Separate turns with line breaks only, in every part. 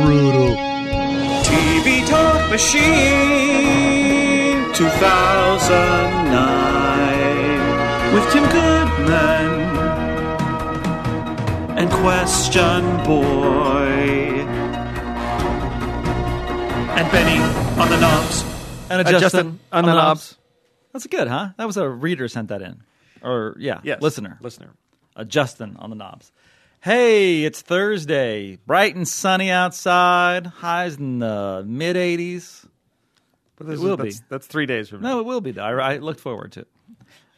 brutal.
TV Talk Machine 2009 with Tim Goodman and Question Boy and Benny on the knobs
And
Uh,
adjusting
Justin,
on the knobs.
That's good, huh? That was a reader sent that in, or yeah,
Yes.
listener.
Listener.
uh, Justin on the knobs. Hey, it's Thursday. Bright and sunny outside. Highs in the mid 80s.
But this
It will
that's,
be.
That's three days from now.
No, it will be. though. I, I looked forward to it.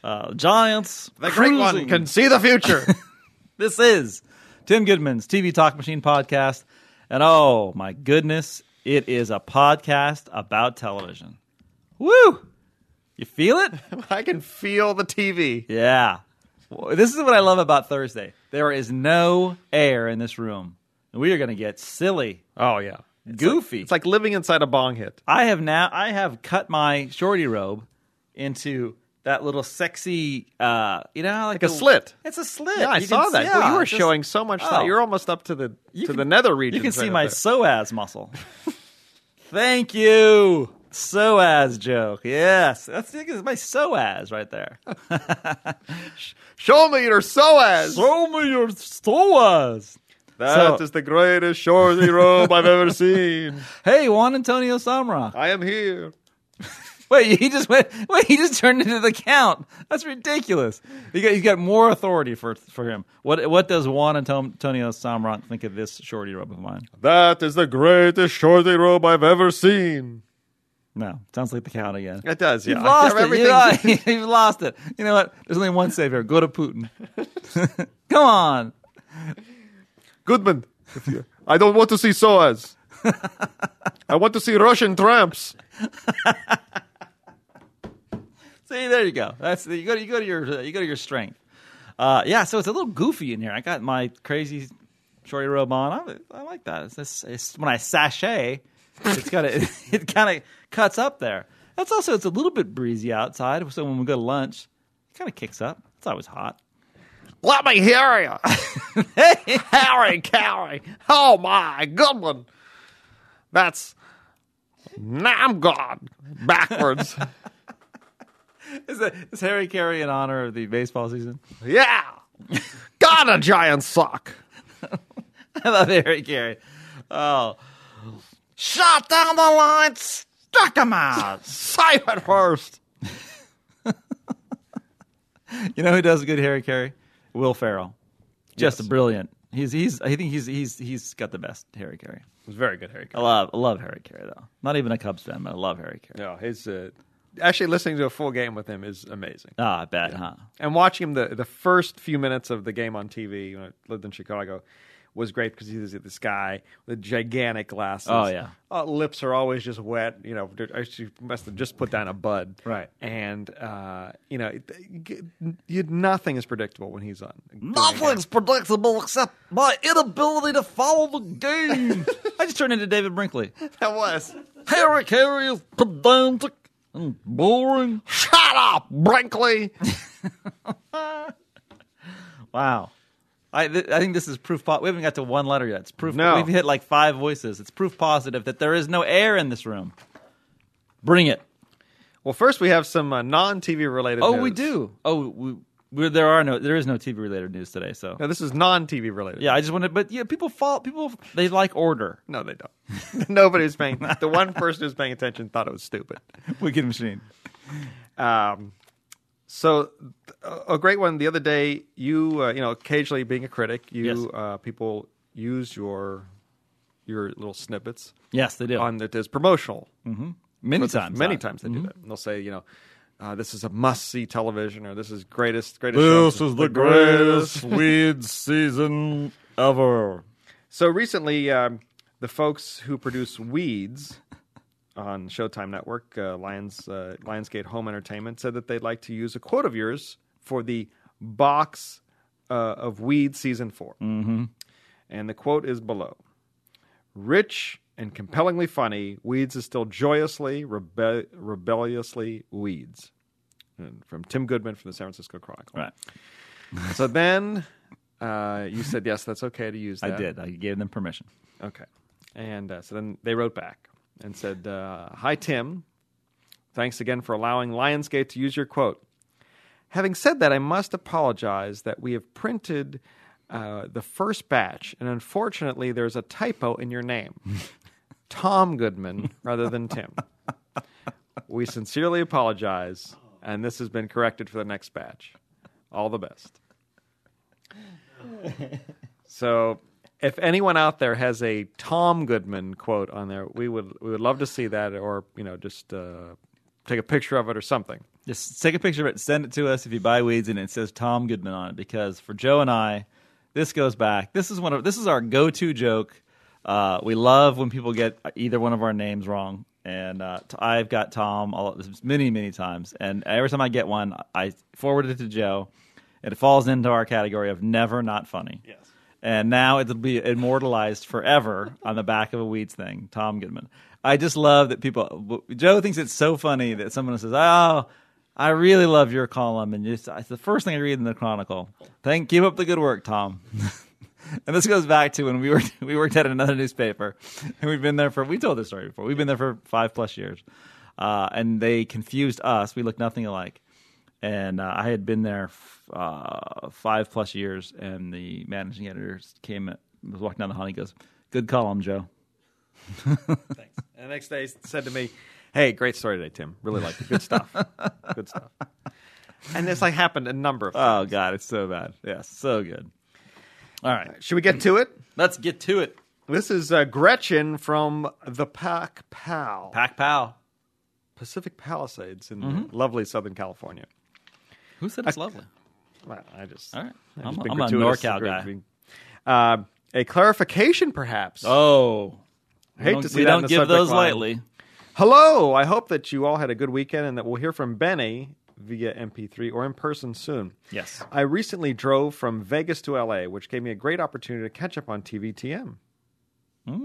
Uh, Giants.
The great one
cruising.
can see the future.
This is Tim Goodman's TV Talk Machine podcast. And oh my goodness, it is a podcast about television. Woo! You feel it?
I can feel the TV.
Yeah. Well, This is what I love about Thursday. There is no air in this room. We are going to get silly,
Oh yeah.
goofy.
It's like living inside a bong hit.
I have now I have cut my shorty robe into that little sexy uh you know how, like,
Like a
the-
slit.
It's a slit.
Yeah, I
You
saw
can-
that.
yeah,
well, you were
just-
showing so much thought.
Oh.
You're almost up to the
you
to
can-
the nether region.
You can see my psoas muscle. Thank you. Psoas joke. Yes. That's this is my psoas right there.
Show me your psoas.
Show me your psoas.
That is
So-
the greatest shorty robe I've ever seen.
Hey, Juan Antonio Samra.
I am here.
Wait, he just went. Wait, he just turned into the count. That's ridiculous. He got, he's got more authority for for him. What what does Juan Antonio Samrock think of this shorty rub of mine?
That is the greatest shorty robe I've ever seen.
No, sounds like the count again.
It does, yeah.
You've lost it.
Everything's-
You've lost, you've lost it. You know what? There's only one savior. Go to Putin. Come on.
Goodman, if you- I don't want to see psoas. I want to see Russian tramps.
See, there you go. That's the, you go. To, you go to your you go to your strength. Uh, yeah, so it's a little goofy in here. I got my crazy shorty robe on. I, I like that. It's, it's, it's when I sashay, it's got it. It kind of cuts up there. That's also it's a little bit breezy outside. So when we go to lunch, it kind of kicks up. It's always hot.
Let me hear you. Harry Carey. Oh, my. Good one. That's Namgod backwards.
Is, that, is Harry Carey in honor of the baseball season?
yeah. Got a giant sock.
I love Harry Carey. Oh, shot down the lights, stuck 'em out.
Simon first.
You know who does a good Harry Carey? Will Farrell. Just brilliant. He's he's I think he's he's he's got the best Harry Carey.
It was very good, Harry
I love I love Harry Carey though. Not even a Cubs fan, but I love Harry Carey.
No, his, uh, actually, listening to a full game with him is amazing.
Ah, I bet, huh?
and watching him the, the first few minutes of the game on TV when I lived in Chicago was great because he was this guy with gigantic glasses.
Oh, yeah.
Uh, lips are always just wet. You know, I actually must have just put down a bud.
Right.
And uh, you know, it- it- you, nothing is predictable when he's on.
predictable except my inability to follow the game. I just turned into David Brinkley.
That was.
Harry Carey is pedantic and boring.
Shut up, Brinkley.
Wow. I, th- I think this is proof. Po- we haven't got to one letter yet. It's proof.
No.
We've hit like five voices. It's proof positive that there is no air in this room. Bring it.
well, first we have some uh, non-TV related.
Oh,
news.
we do. Oh, we, we, there are no there is no TV related news today. So
No, this is non-TV related.
yeah, I just wanted. But yeah, people fall. People they like order.
No, they don't. Nobody was paying. The one person who's paying attention thought it was stupid.
Wicked machine.
Um, so th- a a great one the other day. You uh, you know occasionally being a critic, you
Yes.
uh, people use your your little snippets
Yes, they do.
on that as promotional.
many
But the-
times. uh,
many
on it.
times they
Mm-hmm.
do that. And they'll say you know. Uh, this is a must-see television, or this is greatest, greatest.
This
show.
is the greatest weed season ever.
So recently, um, the folks who produce Weeds on Showtime Network, uh, Lions uh, Lionsgate Home Entertainment, said that they'd like to use a quote of yours for the box uh, of Weeds season 4 Mm-hmm. And the quote is below: "Rich and compellingly funny, Weeds is still joyously, rebe- rebelliously Weeds." And from Tim Goodman from the San Francisco Chronicle.
Right.
So then. Uh, you said yes, that's okay to use
I
that.
did. I gave them permission.
Okay. And uh, so then they wrote back and said, uh, Hi, Tim. Thanks again for allowing Lionsgate to use your quote. Having said that, I must apologize that we have printed uh, the first batch, and unfortunately, there's a typo in your name Tom Goodman rather than Tim. We sincerely apologize, and this has been corrected for the next batch. All the best. So, if anyone out there has a Tom Goodman quote on there, we would we would love to see that, or you know, just uh, take a picture of it or something.
Just take a picture of it, send it to us if you buy weeds, and it says Tom Goodman on it. Because for Joe and I, this goes back. This is one of this is our go-to joke. Uh, we love when people get either one of our names wrong, and uh, t- I've got Tom all, many, many times. And every time I get one, I forward it to Joe, and it falls into our category of never not funny. Yes. And now it'll be immortalized forever on the back of a weeds thing. Tom Goodman. I just love that people. Joe thinks it's so funny that someone says, "Oh, I really love your column," and it's, it's the first thing I read in the Chronicle. Thank, keep up the good work, Tom. and this goes back to when we were we worked at another newspaper, and we've been there for. We told this story before. We've been there for five plus years, uh, and they confused us. We looked nothing alike, and uh, I had been there f- uh, five plus years, and the managing editor came was walking down the hall. and He goes, "Good column, Joe."
Thanks. And the next day, he said to me, "Hey, great story today, Tim. Really liked it. Good stuff. Good stuff." And this like happened a number of.
Oh God, it's so bad. Yes, so good. All right,
Should we get to it?
let's get to it.
This is uh, Gretchen from the Pac Pal.
Pac Pal.
Pacific Palisades in lovely Southern California.
Who said it's lovely?
Well, I just
All right.
I've
I'm
just
a-
been
I'm a
gratuitous
NorCal
and
guy.
great. Uh, a clarification, perhaps.
Oh,
I hate
don't-
to see
we
that in
don't
the
give
subject
those
line.
lightly.
Hello. I hope that you all had a good weekend and that we'll hear from Benny via MP3 or in person soon.
Yes.
I recently drove from Vegas to LA, which gave me a great opportunity to catch up on TVTM.
Hmm.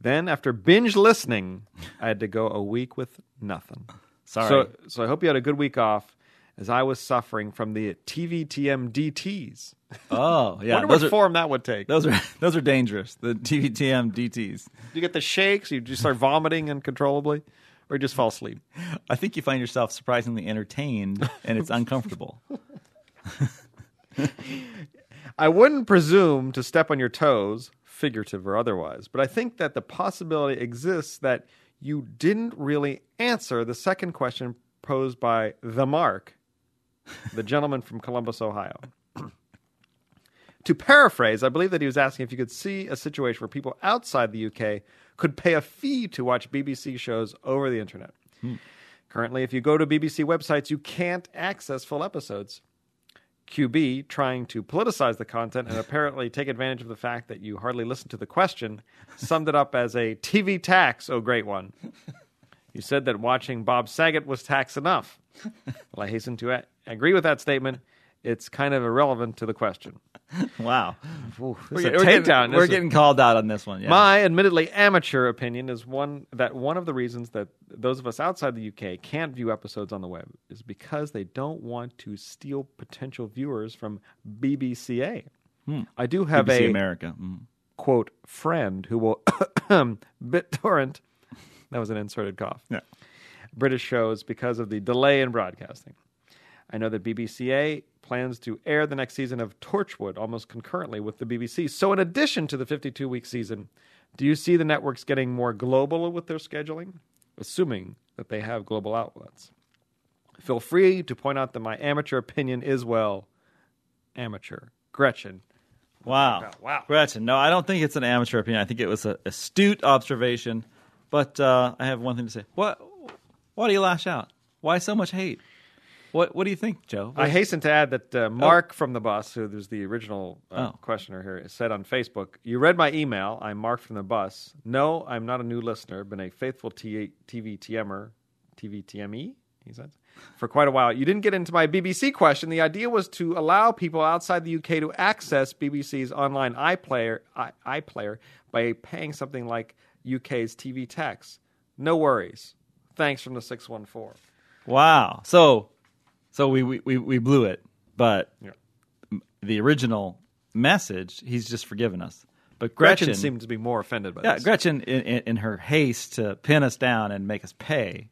Then, after binge listening, I had to go a week with nothing.
Sorry.
So, so I hope you had a good week off, as I was suffering from the TVTM DTS.
oh, yeah.
Wonder
those
what
are
form that would take.
those are those are dangerous. The TVTM DTS.
You get the shakes, you just start vomiting uncontrollably, or you just fall asleep.
I think you find yourself surprisingly entertained, and it's uncomfortable.
I wouldn't presume to step on your toes, figurative or otherwise, but I think that the possibility exists that you didn't really answer the second question posed by the Mark, the gentleman from Columbus, Ohio. to paraphrase, I believe that he was asking if you could see a situation where people outside the UK could pay a fee to watch BBC shows over the internet. Currently, if you go to BBC websites, you can't access full episodes. QB trying to politicize the content and apparently take advantage of the fact that you hardly listened to the question summed it up as a TV tax, oh great one. You said that watching Bob Saget was tax enough. Well, I hasten to a- agree with that statement. It's kind of irrelevant to the question.
Wow.
This is a
we're
takedown.
getting,
This
we're
is-
getting called out on this one. Yeah.
my admittedly amateur opinion is one that one of the reasons that those of us outside the UK can't view episodes on the web is because they don't want to steal potential viewers from BBCA.
Hmm.
I do have
BBC
a
America. Mm.
quote friend who will BitTorrent. That was an inserted cough.
Yeah.
British shows because of the delay in broadcasting. I know that BBCA plans to air the next season of Torchwood almost concurrently with the BBC. So, in addition to the 52 week season, do you see the networks getting more global with their scheduling, assuming that they have global outlets? Feel free to point out that my amateur opinion is, well, amateur. Gretchen. Oh,
Wow. Wow. Gretchen. No, I don't think it's an amateur opinion. I think it was an astute observation. But uh, I have one thing to say. What? Why do you lash out? Why so much hate? What? What do you think, Joe?
I hasten to add that uh, Mark from the bus, who was the original uh,
Oh.
questioner here, said on Facebook, "You read my email. I'm Mark from the bus. No, I'm not a new listener. Been a faithful T- TVTMer, TVTME." E, He said, "For quite a while. You didn't get into my BBC question. The idea was to allow people outside the UK to access BBC's online iPlayer, i- iPlayer by paying something like UK's TV tax. No worries. Thanks from the six one four.
Wow. So, so we we, we, we blew it, but
Yeah."
the original message, he's just forgiven us. But
Gretchen,
Gretchen,
seemed to be more offended by
yeah,
this.
Gretchen, in, in, in her haste to pin us down and make us pay,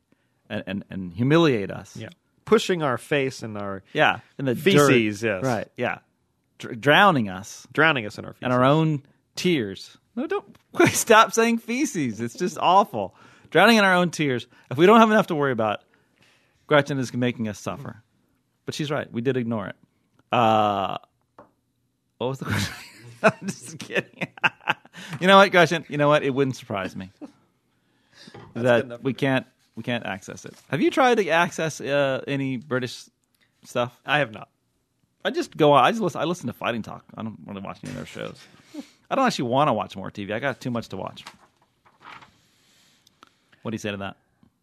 and and, and humiliate us.
Yeah. Pushing our face and our
yeah, in the
Feces,
dirt.
yes.
right, yeah, Dr- drowning us
drowning us in our feces.
and our own tears. No, don't stop saying feces. It's just awful. Drowning in our own tears. If we don't have enough to worry about, Gretchen is making us suffer. But she's right. We did ignore it. Uh, what was the question? I'm just kidding. you know what, Gretchen? You know what? It wouldn't surprise me that
enough
we can't we can't access it. Have you tried to access uh, any British stuff?
I have not.
I just go on. I just listen. I listen to Fighting Talk. I don't really watch any of their shows. I don't actually want to watch more TV. I got too much to watch. What do you say to that?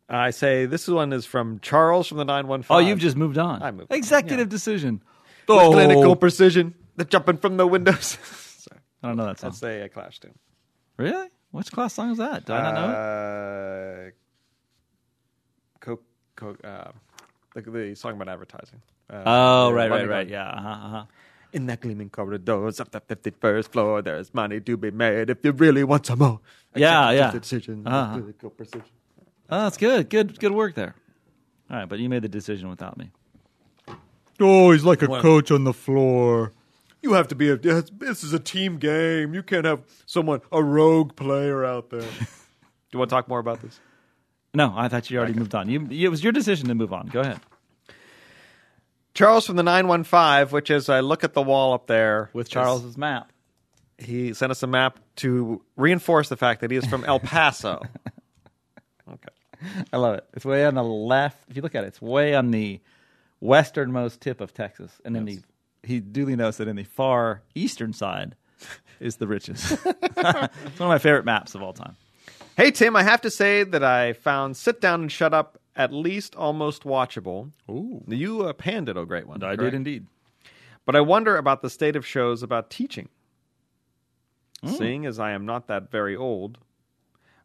I say this one is from Charles from the 915.
Oh, you've just Oh. moved on.
I moved on,
Executive decision.
With clinical precision. The jumping from the windows. Sorry.
I don't know that song.
That's a, a clash tune.
really? Which class song is that? Do I not know? It?
Uh, co- co- uh, the, the song about advertising. Uh,
Oh,
yeah,
right,
Money
right, right.
Gone.
Yeah. Uh-huh, uh-huh.
In that gleaming corridors of the 51st floor, there's money to be made if you really want some more.
Yeah,
Accept
yeah.
the Decision, with
Uh-huh.
clinical precision.
Oh, that's good. Good. Good work there. All right, but you made the decision without me.
Oh, he's like a coach on the floor.
You have to be a. yes, This is a team game. You can't have someone, a rogue player out there. Do you want to talk more about this?
No, I thought you already moved on. You, it was your decision to move on. Go ahead.
Charles from the 915, which is I look at the wall up there.
With
is-
Charles's map.
He sent us a map to reinforce the fact that he is from El Paso. okay.
I love it. It's way on the left. If you look at it, it's way on the westernmost tip of Texas, and then the he duly notes that in the far eastern side is the richest. it's one of my favorite maps of all time.
Hey, Tim, I have to say that I found Sit Down and Shut Up at least almost watchable. Ooh. You uh, panned it a great one. correct?
indeed.
But I wonder about the state of shows about teaching. Seeing as I am not that very old,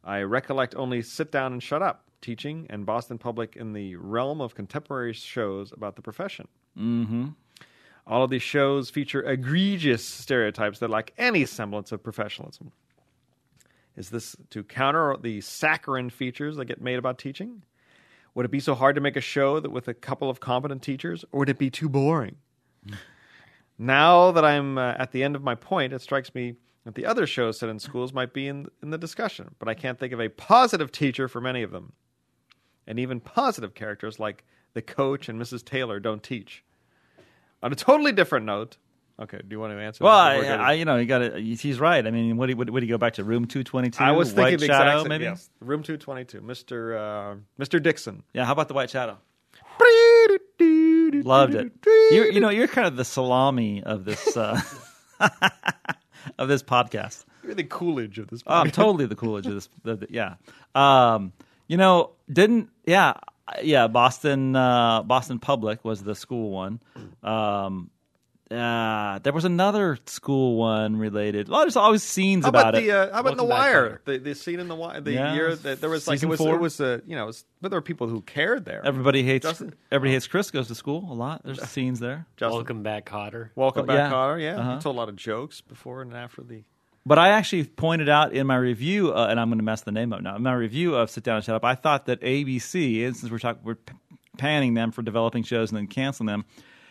I recollect only Sit Down and Shut Up, Teaching, and Boston Public in the realm of contemporary shows about the profession. Mm-hmm. All of these shows feature egregious stereotypes that lack any semblance of professionalism. Is this to counter the saccharine features that get made about teaching? Would it be so hard to make a show that with a couple of competent teachers, or would it be too boring? Now that I'm uh, at the end of my point, it strikes me that the other shows set in schools might be in, in the discussion, but I can't think of a positive teacher for many of them. And even positive characters like the coach and Mrs. Taylor don't teach. On a totally different note, okay, do you want to answer?
Well,
that
I,
before we go to-
I, uh, you know, you got to. He's right. I mean, what do you, what, do you go back to room two twenty two?
I was thinking
White
the
Shadow,
exact same-
maybe.
Yes, room 222, Mr. Uh, Mr. Dixon.
Yeah. How about the White Shadow? Loved it. You're, you know, you're kind of the salami of this uh, of this podcast.
You're the Coolidge of this.
Oh, I'm totally the Coolidge of this. of the- yeah. Um, you know, didn't yeah yeah Boston uh, Boston Public was the school one. Um, uh, there was another school one related. Well, there's always scenes
How
about,
about
it.
the uh, how about the
Welcome back,
Wire?
Hunter.
The, the scene in the Wire, the
Yeah.
year that there was like
Season
it was
four?
it was uh, you know, it was, but there were people who cared there.
Everybody hates
Justin-
everybody hates Chris goes to school a lot. There's scenes there.
Justin, welcome,
Welcome back, Hotter.
Well,
back,
yeah.
Otter. Yeah,
Uh-huh.
he told a lot of jokes before and after the.
But I actually pointed out in my review, uh, and I'm going to mess the name up now. In my review of Sit Down and Shut Up, I thought that ABC, and since we're talking, we're p- panning them for developing shows and then canceling them,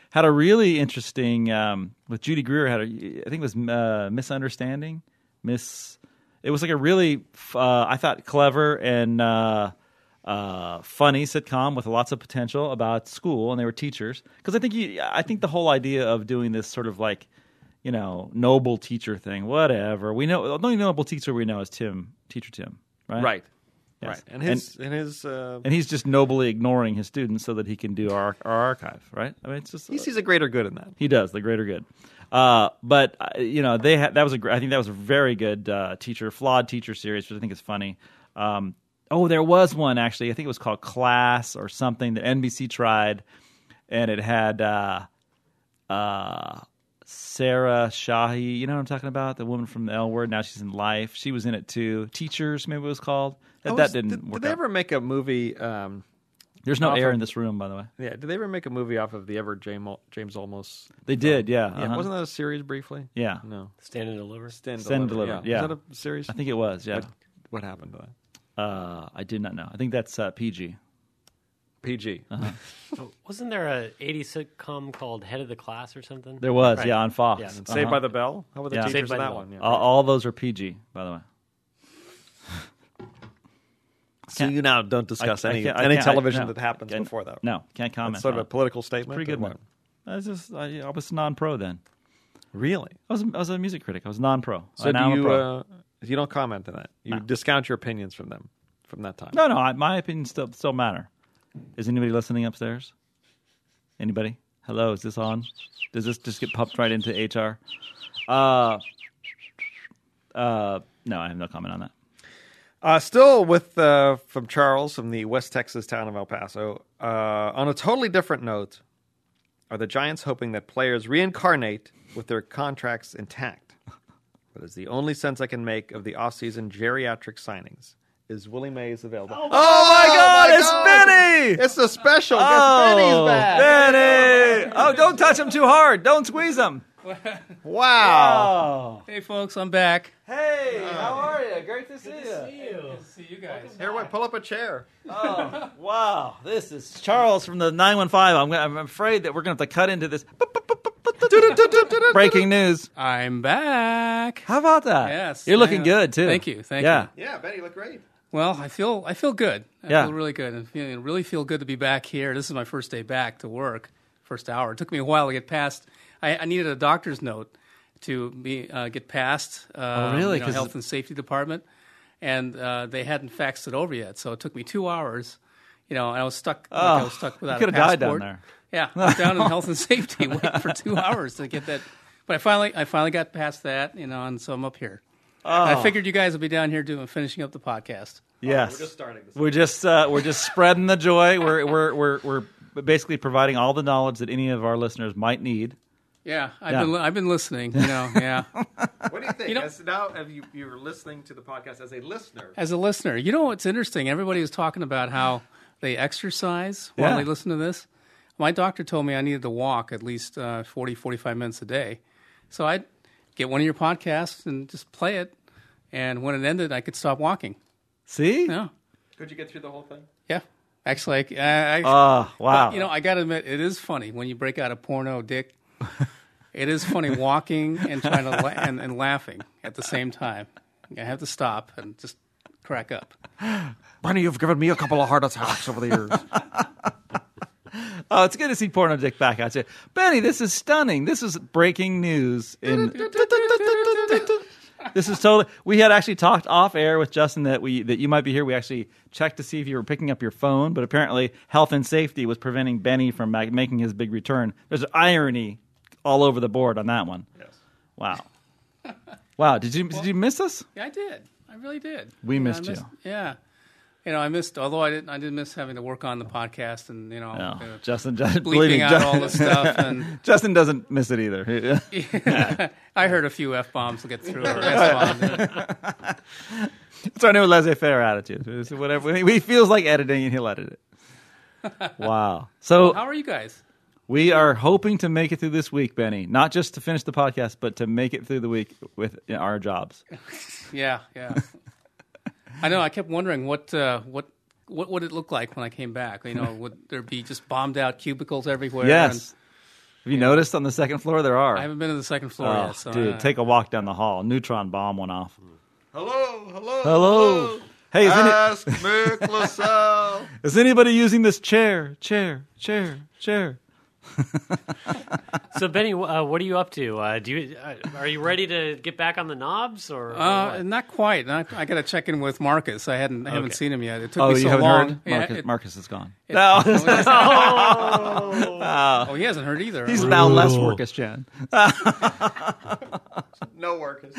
had a really interesting um, with Judy Greer. Had a, I think it was uh, misunderstanding, miss. It was like a really, f- uh, I thought, clever and uh, uh, funny sitcom with lots of potential about school, and they were teachers. Because I think you, I think the whole idea of doing this sort of like you know, noble teacher thing, whatever. We know the only noble teacher we know is Tim, teacher Tim, right? Yes.
right, and his and, his uh,
and he's just nobly ignoring his students so that he can do our, our archive, right? I mean, it's just
he sees a greater good in that.
he does the greater good. Uh, but uh, you know they had that was a gr- I think that was a very good uh, teacher flawed teacher series, which I think is funny. Um, oh, there was one actually. I think it was called Class or something that NBC tried, and it had uh, uh, Sarah Shahi. You know what I'm talking about? The woman from the L Word. Now she's in Life. She was in it too. Teachers, maybe it was called. That,
I was-
that didn't
Oh, did,
work.
Did they
out.
ever make a movie um,
There's no air in this room, by the way.
Yeah, did they ever make a movie off of the ever James James Olmos?
They did, yeah.
Oh. Yeah,
uh-huh.
wasn't that a series briefly?
Yeah.
No,
Stand and deliver.
stand
Stand
Deliver,
Deliver,
Yeah.
yeah.
is that a series?
I think it was, yeah.
What, what happened to that?
Uh, I do not know. I think that's uh, PG.
PG.
Uh-huh.
Oh, wasn't there a 80 sitcom called Head of the Class or something?
There was,
Right.
yeah, on Fox.
Yeah.
Uh-huh.
Saved by the Bell. How were the
Yeah.
teachers
Saved by
in
the
that
Bell.
one? Yeah.
all, all those are PG, by the way.
so you now don't discuss
I- I
any
can't- I
any
can't- I-
television
no.
that happens
Can't-
before that.
No, can't comment.
It's sort of a
on
political statement.
Pretty good
or
one. it.
what?
I was just, I, I was non-pro then.
Really?
I was, I was a music critic. I was non-pro.
So
now
do
I'm a
you?
pro.
Uh, you don't comment on that. You discount your opinions from them from that time.
No, no, I, my opinions still still matter. Is anybody listening upstairs? Anybody? Hello, is this on? Does this just get pumped right into HR? Uh, uh, no, I have no comment on that.
Uh, still with uh, from Charles from the West Texas town of El Paso. Uh, on a totally different note, are the Giants hoping that players reincarnate with their contracts intact? That is the only sense I can make of the offseason geriatric signings. Is Willie Mays available?
Oh
Oh,
my God, it's Benny!
It's a special. guest. Benny's
Oh,
back.
Benny! Oh, don't touch him too hard. Don't squeeze him.
Wow.
Oh,
Hey, folks, I'm back.
hey, how are you? Great to see you.
See you guys.
Here, wait, pull up a chair.
Wow, this is Charles from the 915. I'm, gonna- I'm afraid that we're going to have to cut into this. Breaking news.
I'm back.
How about that?
Yes,
You're looking
yeah.
good too.
Thank you, thank
yeah.
Yeah, Benny, you look great.
Well, I feel I feel good. I
Yeah.
feel really good. I feel, really feel good to be back here. This is my first day back to work. First hour. It took me a while to get past. I, I needed a doctor's note to be, uh, get past. Uh,
Oh, really?
You know,
'Cause-
health and safety department, and uh, they hadn't faxed it over yet. So it took me two hours. You know, and I was stuck. like I
Oh,
was stuck
you
without.
coulda
a
died
passport.
down there.
Yeah, I was down in health and safety, waiting for two hours to get that. But I finally, I finally got past that, you know, and so I'm up here. And
Oh.
I figured you guys would be down here doing finishing up the podcast.
Yes.
We're just starting this.
We're just uh, we're just spreading the joy. We're we're we're we're basically providing all the knowledge that any of our listeners might need.
Yeah, I've
Yeah.
been I've been listening, you know. Yeah,
What do you think?
You know-
As now, have you, you're listening to the podcast as a listener.
as a listener, you know what's interesting? Everybody was talking about how they exercise while
Yeah.
they listen to this. My doctor told me I needed to walk at least uh, 40, 45 minutes a day. So I'd get one of your podcasts and just play it, and when it ended, I could stop walking.
See?
Yeah,
Could you get through the whole thing?
yeah. Actually, I, I,
Oh, wow.
But, you know, I got to admit, it is funny when you break out a porno dick. it is funny walking and trying to la- and, and laughing at the same time. I have to stop and just crack up.
Bernie, you've given me a couple of heart attacks over the years.
oh, it's good to see porno dick back out there. Benny, this is stunning. This is breaking news. In this is totally. We had actually talked off air with Justin that we that you might be here. We actually checked to see if you were picking up your phone, but apparently health and safety was preventing Benny from ma- making his big return. There's irony all over the board on that one.
Yes.
Wow. Wow, did you did you miss us?
Yeah, I did. I really did.
We
know, I
missed you.
Yeah. You know, I missed. Although I didn't, I did miss having to work on the podcast and you know,
No,
uh,
Justin doesn't believe
bleeping
me,
out
Ju-
all the stuff. And
Justin doesn't miss it either.
I heard a few f bombs get through. Or S-bombs.
it's our new laissez-faire attitude. It's whatever when he feels like editing, and he'll edit it. Wow.
How
So
are you guys?
we are hoping to make it through this week, Benny. Not just to finish the podcast, but to make it through the week with you know, our jobs.
Yeah, yeah. I know. I kept wondering what uh, what what would it look like when I came back. You know, would there be just bombed out cubicles everywhere?
Yes.
And
Have you noticed on the second floor there are?
I haven't been to the second floor
Oh,
yet. So
dude,
uh,
take a walk down the hall. Neutron bomb went off.
Hello, hello,
Hello. Hey, is, any-
Ask Mick LaSalle.
is anybody using this chair? Chair, chair, chair.
So Benny, uh, what are you up to? Uh, do you uh, are you ready to get back on the knobs or? or
Uh,
what?
not quite. Not, I got to check in with Marcus. I hadn't I haven't
Okay.
seen him yet. It took
Oh,
me
you
so
haven't
long.
heard?
Yeah,
Marcus,
it-
Marcus is gone.
it-
No.
oh, he hasn't heard either.
He's now less Marcus Chan.
No workers.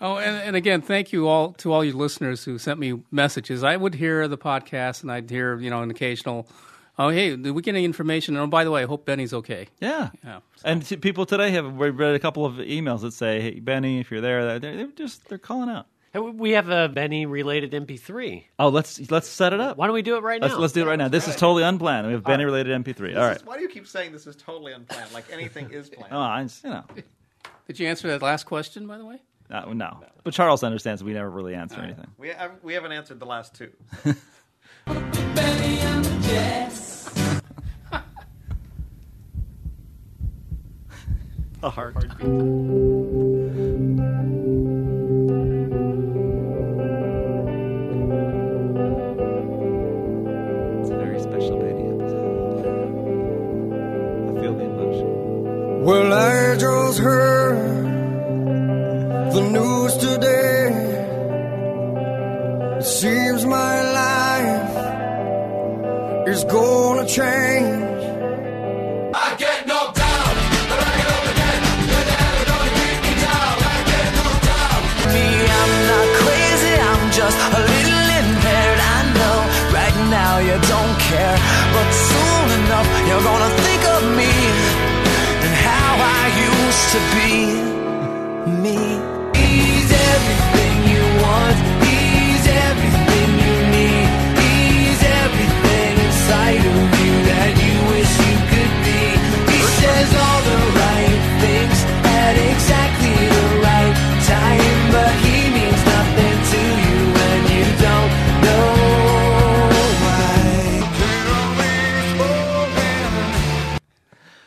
Oh, and, and again, thank you all to all you listeners who sent me messages. I would hear the podcast, and I'd hear you know an occasional, oh hey, did we get any information? And, oh, by the way, I hope Benny's okay.
Yeah.
Yeah.
And t- people today have we read a couple of emails that say, "Hey Benny, if you're there," they're, they're just they're calling out.
Hey, we- We have a Benny related MP3.
Oh, let's let's set it up.
Why don't we do it right
Let's
now?
let's do it right now. This is totally unplanned. We have Benny related MP3. All right.
Why do you keep saying this is totally unplanned? Like anything is planned.
Oh, I just, you know,
Did you answer that last question, by the way?
uh, no. But Charles understands we never really answer anything.
We, have, we haven't answered the last two.
A heart. It's a very special Benny episode. I feel the emotion.
Well, I just heard the news today. It seems my life is gonna change.
me. I'm not crazy, I'm just a little impaired. I know right now you don't care, but soon enough you're gonna think of me and how I used to be. Me. He's everything you want, he's everything you need, he's everything inside of you that you wish you could be. He says all the right things at exactly the right time, but he means nothing to you and you don't know why.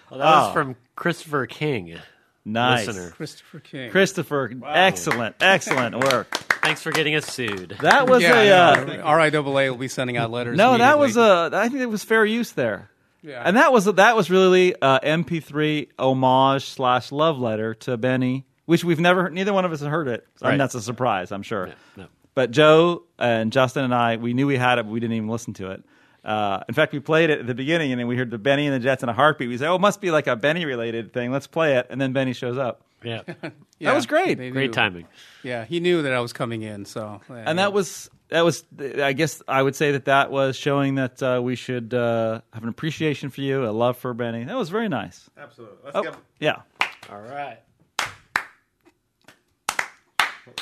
Well, that was
Oh.
from Christopher King.
Nice.
Listener.
Christopher King.
Christopher, excellent, excellent work.
Thanks for getting us sued.
That was a
yeah,
uh,
yeah, RIAA will be sending out letters.
no. That was
immediately.
a. I think it was fair use there.
Yeah.
And that was that was really uh, MP3 homage slash love letter to Benny, which we've never neither one of us had heard it,
Right.
and that's a surprise, I'm sure.
no.
But Joe and Justin and I, we knew we had it, but we didn't even listen to it. Uh, in fact, we played it at the beginning, and then we heard the Benny and the Jets in a heartbeat. We said, "Oh, it must be like a Benny related thing. Let's play it." And then Benny shows up.
Yeah.
Yeah,
that was great.
they
Great
knew.
timing.
Yeah, he knew that I was coming in, so uh,
and that was that was i guess i would say that that was showing that uh, we should uh, have an appreciation for you a love for benny that was very nice
Absolutely. Let's
oh,
give.
yeah
All right.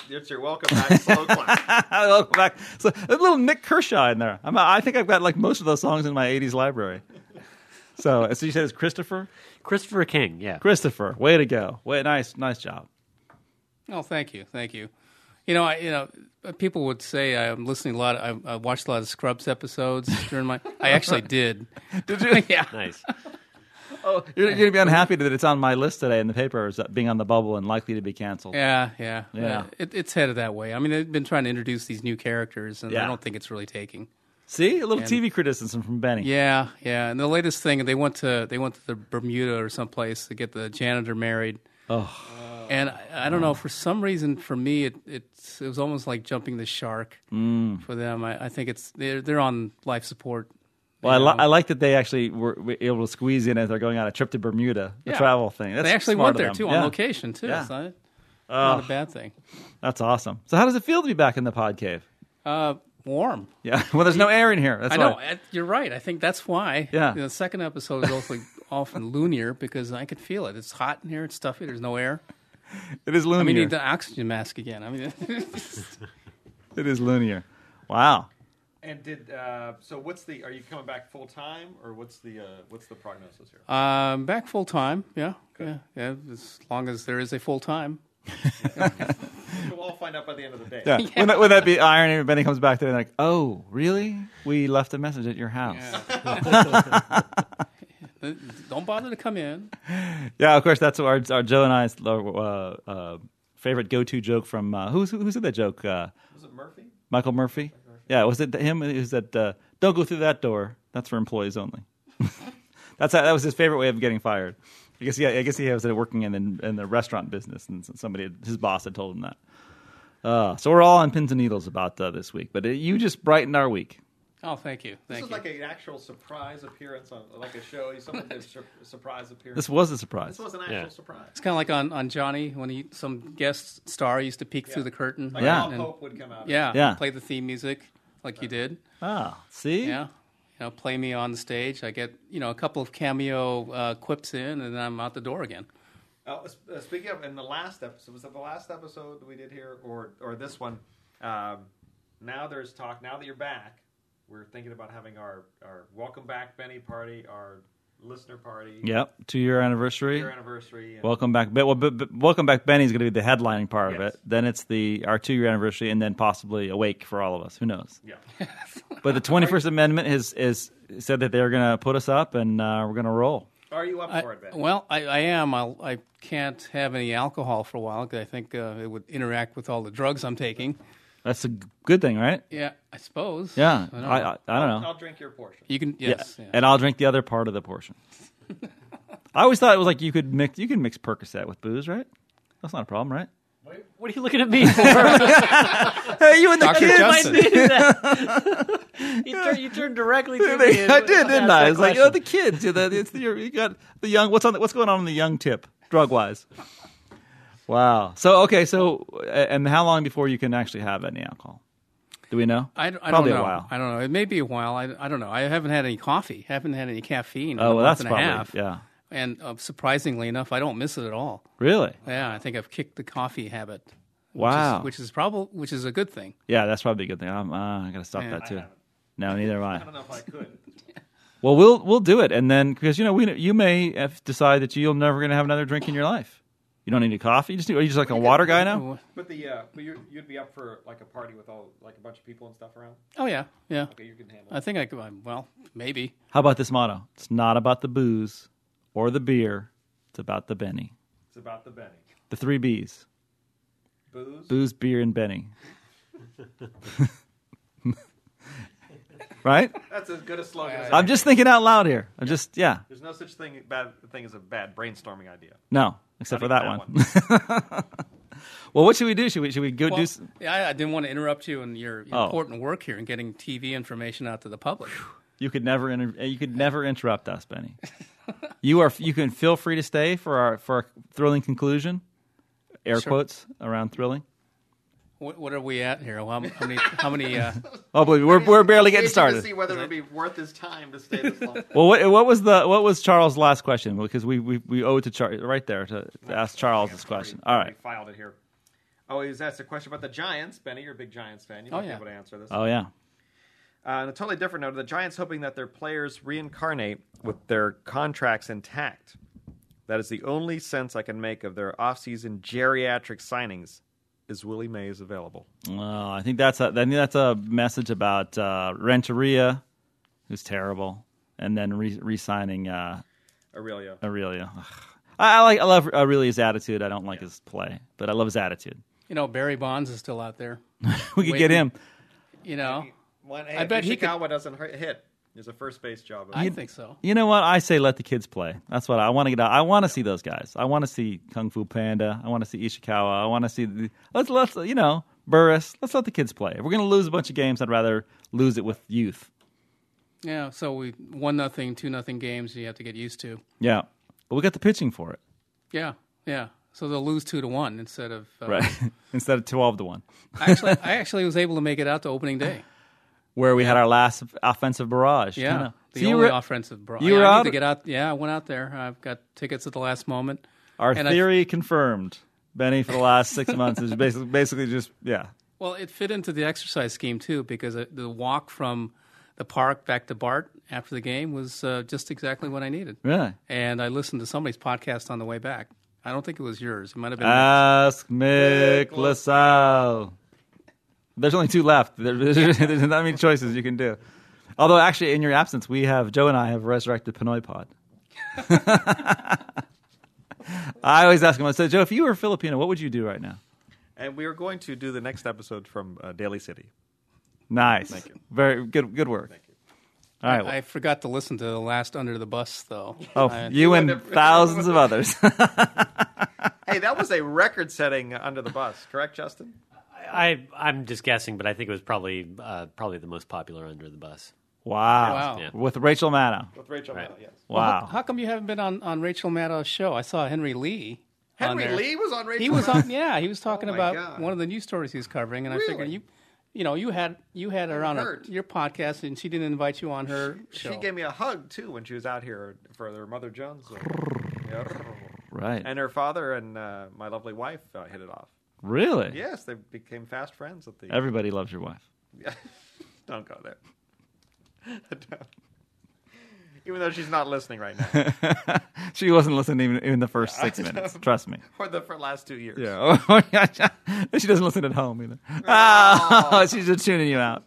It's your welcome back slow clap.
welcome back so a little nick kershaw in there I'm, i think i've got like most of those songs in my 80s library so so you said it's christopher
Christopher King, yeah.
christopher way to go way nice nice job
Oh, thank you, thank you. You know, I, you know, uh, people would say I'm listening a lot. I, I watched a lot of Scrubs episodes during my. I actually did. Did you? yeah.
Nice.
you're, you're gonna be unhappy that it's on my list today in the paper as being on the bubble and likely to be canceled
Yeah, yeah,
Yeah.
Uh, It, it's headed that way. I mean, they've been trying to introduce these new characters, and
Yeah.
I don't think it's really taking.
see a little tv criticism from benny
Yeah, yeah. And the latest thing, they went to they went to the Bermuda or someplace to get the janitor married. Oh. And I, I don't know. For some reason, for me, it it's, it was almost like jumping the shark
Mm.
for them. I, I think it's they're they're on life support.
Well, I,
you
li-
know.
I like that they actually were, were able to squeeze in as they're going on a trip to Bermuda, the
Yeah.
travel thing. That's
they actually
smart
went
of
there
them.
too
Yeah.
on location too.
Yeah.
It's not, not a bad thing.
That's awesome. So, how does it feel to be back in the pod cave?
Uh, warm.
Yeah. Well, there's no air in here. That's
I know.
why.
I- You're right. I think that's why.
Yeah.
The second episode is awfully often lunier because I could feel it. It's hot in here. It's stuffy. There's no air.
It is
I mean, you
lunar.
need the oxygen mask again. I mean,
it is lunar. Wow.
and did uh, so? What's the? Are you coming back full time, or what's the? Uh, what's the prognosis
Uh,
here?
um, back full time. Yeah. Yeah. Yeah. As long as there is a full time.
we'll all find out by the end of the day.
Yeah. Wouldn't, that, wouldn't that be irony when Benny comes back there and like, oh, really? We left a message at your house. Yeah.
Uh, Don't bother to come in.
of course, that's our, our Joe and I's uh, uh, favorite go to joke from uh, who's, who said that joke? Uh,
Was it Murphy?
Michael Murphy? Yeah, was it him? It was that uh, don't go through that door. That's for employees only. That's that was his favorite way of getting fired. I guess yeah, I guess he was working in the, in the restaurant business, and somebody had- his boss had told him that. Uh, so we're all on pins and needles about uh, this week, but uh you just brightened our week.
Oh, thank you.
This
Thank
is
you.
like an actual surprise appearance on like a show. Someone did a sur- surprise appearance.
This was a surprise.
This was an actual
Yeah.
surprise.
it's kind of like on, on Johnny when he some guest star used to peek through the curtain.
Like
Yeah.
All
And-
hope would come out. of it.
yeah.
Yeah.
Play the theme music like you did.
ah, see,
Yeah. You know, play me on the stage. I get, you know, a couple of cameo uh, quips in, and then I'm out the door again.
Oh, s- uh, speaking of, in the last episode, was that the last episode we did here, or or this one? Um, now there's talk. Now that you're back, we're thinking about having our our welcome back Benny party, our listener party,
Yep, two year anniversary.
your anniversary. And
Welcome back, Be- well, B- B- welcome back. Benny's going to be the headlining part of
Yes.
it. Then it's the our two year anniversary, and then possibly awake for all of us. Who knows?
yeah,
But the Twenty First Amendment has is said that they're going to put us up, and uh, we're going to roll.
are you up
I-
for it, Ben?
well, I, I am. I'll, I can't have any alcohol for a while because I think uh, it would interact with all the drugs I'm taking.
That's a g- good thing, right?
Yeah, I suppose.
Yeah,
I
I
don't
I,
know.
I don't know.
I'll drink your portion.
You can. Yes.
yeah.
yeah.
and I'll drink the other part of the portion. I always thought it was like you could mix you can mix Percocet with booze, right? That's not a problem, right?
What are you looking at me for? I
Hey, you and the
Dr.
kids.
Justin.
needed that. you, turn, you turned directly to me. and
I did, didn't
asked
I?
that
It's like
question.
oh, the kids. You, know, it's the, you got the young. What's on? The, what's going on in the young tip, drug wise? Wow. So okay. So uh, and how long before you can actually have any alcohol? Do we know?
I, I don't
Probably a
know.
while.
I don't know. It may be a while. I, I don't know. I haven't had any coffee. Haven't had any caffeine. in
oh,
a
well,
month
that's
and
probably
a half.
yeah.
And uh, surprisingly enough, I don't miss it at all.
Really?
Yeah, I think I've kicked the coffee habit. which is-
Wow.
Which is, probably which is a good thing.
yeah, that's probably a good thing. I'm, uh, I gotta stop that too. No, neither am I.
I don't know if I could.
Well, we'll we'll do it, and then because you know we you may have decide that you're never gonna have another drink in your life. You don't need a coffee. You just need, are you just like a water guy now?
But the uh, but you you'd be up for like a party with all like a bunch of people and stuff around.
Oh yeah, yeah.
Okay, you can handle.
I think I could. um, Well, maybe.
How about this motto? It's not about the booze or the beer. It's about the Benny.
It's about the Benny.
The three B's:
Booze.
booze, beer, and Benny. right?
That's as good a slogan as
I'm just thinking out loud here. I'm just yeah.
There's no such thing bad thing as a bad brainstorming idea.
No, except
Not
for that,
even
one. well, what should we do? Should we should we go do?
Well,
s-
yeah, I, I didn't want to interrupt you in your
Oh.
important work here and getting TV information out to the public.
You could never inter- eh, you could never interrupt us, Benny. you are you can feel free to stay for our for our thrilling conclusion, air
Sure.
quotes around thrilling.
What, what are we at here? How, how many? How many? Uh,
Oh, believe me, we're we're barely getting
To
started.
see whether it would be worth his time to stay this long.
Well, what, what was the what was Charles' last question? Because we we, we owe it to Charles right there to, to ask Charles this question. All
We
right.
filed it here. Oh, he's asked a question about the Giants. Benny, you're a big Giants fan. You
Oh,
might be
yeah.
able to answer this.
Oh yeah.
Uh, on a totally different note, the Giants hoping that their players reincarnate with their contracts intact. That is the only sense I can make of their offseason geriatric signings. Is Willie Mays available?
Well, I think that's a I think that's a message about uh, Renteria, who's terrible, and then re- re-signing uh,
Aurelio.
Aurelia. Ugh. I, I like I love Aurelia's attitude. I don't like his play, but I love his attitude.
you know, Barry Bonds is still out there.
we could get
Wait.
him.
You know,
One, hey,
I bet he could-
Ishikawa doesn't hurt- hit. There's a first base job.
I think so.
You know what? I say let the kids play. That's what I want to get out. I want to see those guys. I want to see Kung Fu Panda. I want to see Ishikawa. I want to see the, let's let's you know Burris. Let's let the kids play. If we're gonna lose a bunch of games, I'd rather lose it with youth.
Yeah. So we one nothing, two nothing games. You have to get used to.
Yeah, but we got the pitching for it,
Yeah. Yeah. So they'll lose two to one instead of uh,
right? Instead of twelve to one,
actually, I actually was able to make it out to opening day.
where we had our last offensive barrage.
Yeah,
Kinda.
the
So you
only
were-
offensive brawl.
you
yeah,
were
I need
out-
to get out. Yeah, I went out there. I've got tickets at the last moment.
Our
and I-
theory confirmed, Benny, for the last six months is basically basically just yeah.
Well, it fit into the exercise scheme too because uh, the walk from the park back to Bart after the game was uh, just exactly what I needed.
Really?
And I listened to somebody's podcast on the way back. I don't think it was yours. It might have been.
Ah, Ask Mick LaSalle. There's only two left. There- There's not many choices you can do. Although, actually, in your absence, we have Joe and I have resurrected Pinoy Pod. I always ask him. I said, Joe, if you were Filipino, what would you do right now?
And we are going to do the next episode from uh, Daily City.
Nice. Thank you. Very good. Good work. Thank you. All right. well-
I forgot to listen to the last under the bus though.
oh,
I-
you and thousands of others.
Hey, that was a record-setting under the bus, correct, Justin?
I, I'm just guessing, but I think it was probably uh, probably the most popular under the bus.
wow.
Wow. Yeah.
With Rachel Maddow.
With Rachel
Right.
Maddow, yes.
Wow.
How come you haven't been on, on Rachel Maddow's show? I saw Henry Lee. on
Henry
there.
Lee was on Rachel.
He was on. Yeah, he was talking
Oh my
about
God.
one of the news stories he's covering, and I figured
Really?
you, you know, you had you had her on her,
heard.
your podcast, and she didn't invite you on her
She
show.
gave me a hug too when she was out here for their Mother Jones. Yeah.
Right.
And her father and uh, my lovely wife uh, hit it off.
Really?
Yes, they became fast friends at the.
Everybody loves your wife.
Don't go there. Don't. Even though she's not listening right now,
She wasn't listening even in the first six minutes. Trust me.
for the for the last two years.
Yeah.
Oh,
she doesn't listen at home either. Oh, she's just tuning you out.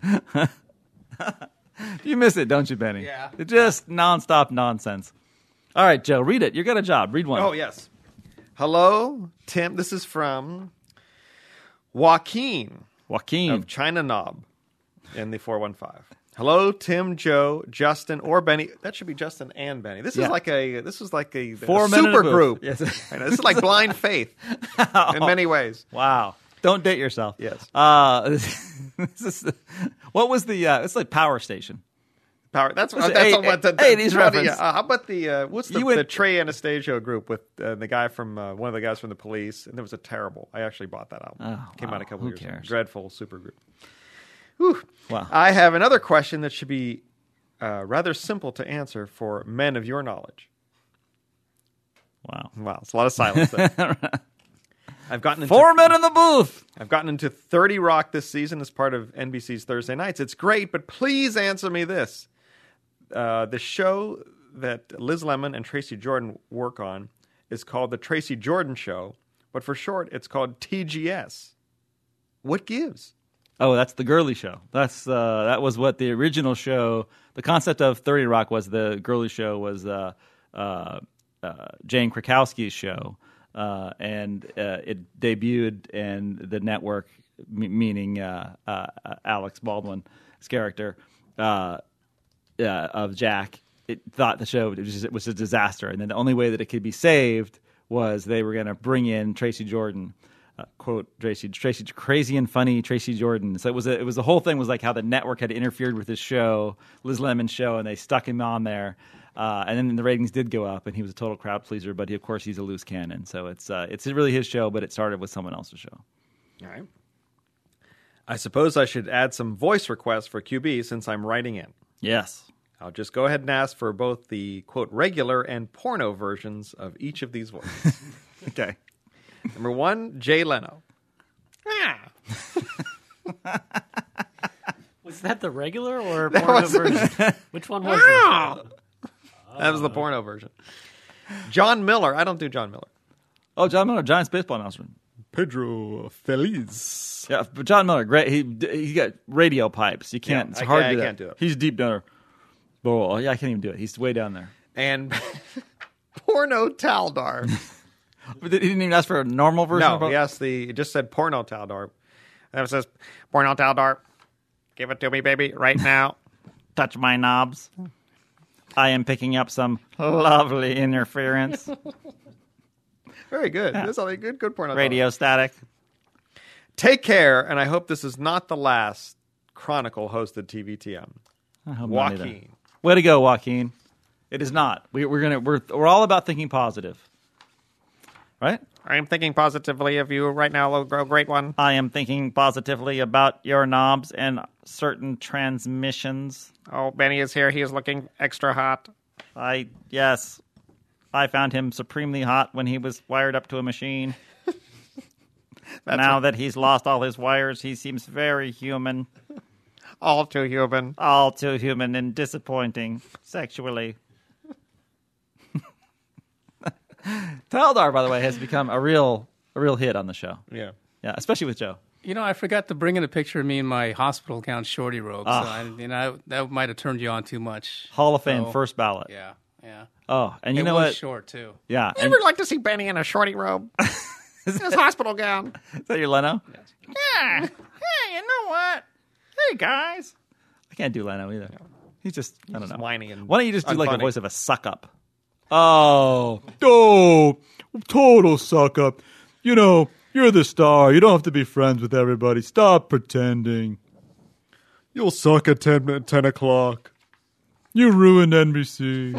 you miss it, don't you, Benny?
Yeah.
It's just nonstop nonsense. All right, Joe, read it. You got a job. Read one.
Oh yes. Hello, Tim. This is from Joaquin
Joaquin.
of China Knob in the four one five. Hello, Tim, Joe, Justin, or Benny. That should be Justin and Benny. This
Yeah.
is like a this is like a, a
men in a
super
booth.
group.
Yes.
I know, this is like blind faith in many ways.
Wow. Don't date yourself.
Oh. Yes.
Uh, this is, what was the, uh, it's like Power Station.
Power. That's
Listen,
what. That's
hey,
what the,
hey, these
how the,
reference.
uh, how about the uh, what's the,
You went-
the Trey Anastasio group with uh, the guy from uh, one of the guys from the Police? And there was a terrible. I actually bought that album.
Oh,
Came
wow.
out a couple
Who
years. ago.
cares?
Dreadful super group.
Wow.
I have another question that should be uh, rather simple to answer for men of your knowledge.
Wow.
Wow, it's a lot of silence. There. I've gotten into
Four men in the booth.
I've gotten into 30 Rock this season as part of NBC's Thursday nights. It's great, but please answer me this. Uh, the show that Liz Lemon and Tracy Jordan work on is called The Tracy Jordan Show, but for short, it's called TGS. What gives?
Oh, that's the girly show. That's uh, that was what the original show. The concept of Thirty Rock was the girly show was uh, uh, uh, Jane Krakowski's show, uh, and uh, it debuted and the network, m- meaning uh, uh, uh, Alex Baldwin's character uh, uh, of Jack, it thought the show was just, it was a disaster, and then the only way that it could be saved was they were going to bring in Tracy Jordan, uh, quote Tracy Tracy crazy and funny Tracy Jordan. So it was a, it was the whole thing was like how the network had interfered with his show, Liz Lemon's show, and they stuck him on there. Uh, and then the ratings did go up, and he was a total crowd pleaser. But he, of course, he's a loose cannon, so it's uh, it's really his show. But it started with someone else's show.
All right. I suppose I should add some voice requests for QB since I'm writing in.
Yes,
I'll just go ahead and ask for both the quote regular and porno versions of each of these voices. okay. Number one, Jay Leno.
Was that the regular or porno version? Which one was it?
That was the porno version. John Miller. I don't do John Miller.
Oh, John Miller, Giants baseball announcer.
Pedro Feliz.
Yeah, but John Miller, great. He he got radio pipes. You can't.
Yeah,
it's
I
hard
can't-
to do that.
I can't do it.
He's deep down there. Boy, yeah, I can't even do it. He's way down there.
And porno Taldar.
But he didn't even ask for a normal version.
No,
of it?
yes, the it just said porno Taldar. And it says porno Taldar. Give it to me, baby, right now.
Touch my knobs. I am picking up some lovely interference.
Very good. That's all good. Good porno. Taldar.
radio static.
Take care, and I hope this is not the last Chronicle hosted TVTM.
I hope not either.
Joaquin.
Way to go, Joaquin. It is not. We, we're gonna. We're we're all about thinking positive. Right.
I am thinking positively of you right now, little girl, great one.
I am thinking positively about your knobs and certain transmissions.
Oh, Benny is here. He is looking extra hot.
I yes, I found him supremely hot when he was wired up to a machine. now that he's lost all his wires, he seems very human,
All too human.
all too human and disappointing sexually. Taldar, by the way, has become a real a real hit on the show.
Yeah.
Yeah, especially with Joe.
You know, I forgot to bring in a picture of me in my hospital gown shorty robe. So
Ah.
I, you know, that might have turned you on too much.
Hall of Fame,
So,
first ballot.
Yeah, yeah.
Oh, and you
it
know
was
what?
short too.
Yeah,
I
and,
would like to see Benny in a shorty robe. in his hospital gown.
is that your Leno?
Yeah. Hey, you know what? Hey, guys.
I can't do Leno either. He's just I don't
just
know.
whiny and
Why don't you just do like the
unfunny.
voice of a suck up? Oh, oh, total suck up. You know, you're the star. You don't have to be friends with everybody. Stop pretending.
You'll suck at 10, at 10 o'clock.
You ruined NBC.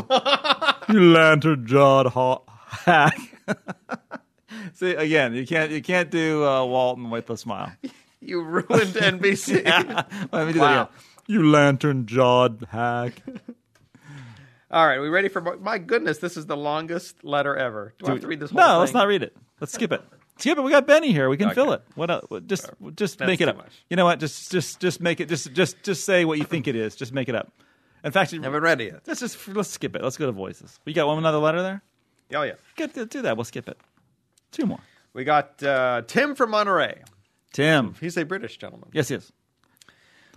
you lantern jawed hack. See again, you can't you can't do uh, Walton with a smile.
You ruined NBC.
Let me do
Wow.
that again. You lantern jawed hack.
All right, we ready for my goodness? This is the longest letter ever. Do I have to read this? Whole
No, let's
thing?
not read it. Let's skip it. Skip it. We got Benny here. We can fill it.
Okay.
What? Else? what- Just just make it
too
up.
much.
You know what? Just just just make it. Just just just say what you think it is. Just make it up. In fact, you-
Haven't read it
let's just let's skip it. Let's go to voices. We got one another letter there.
yet. Oh yeah,
Good, do- do that. We'll skip it. Two more.
we got uh, Tim from Monterey.
Tim.
He's a British gentleman.
Yes, yes.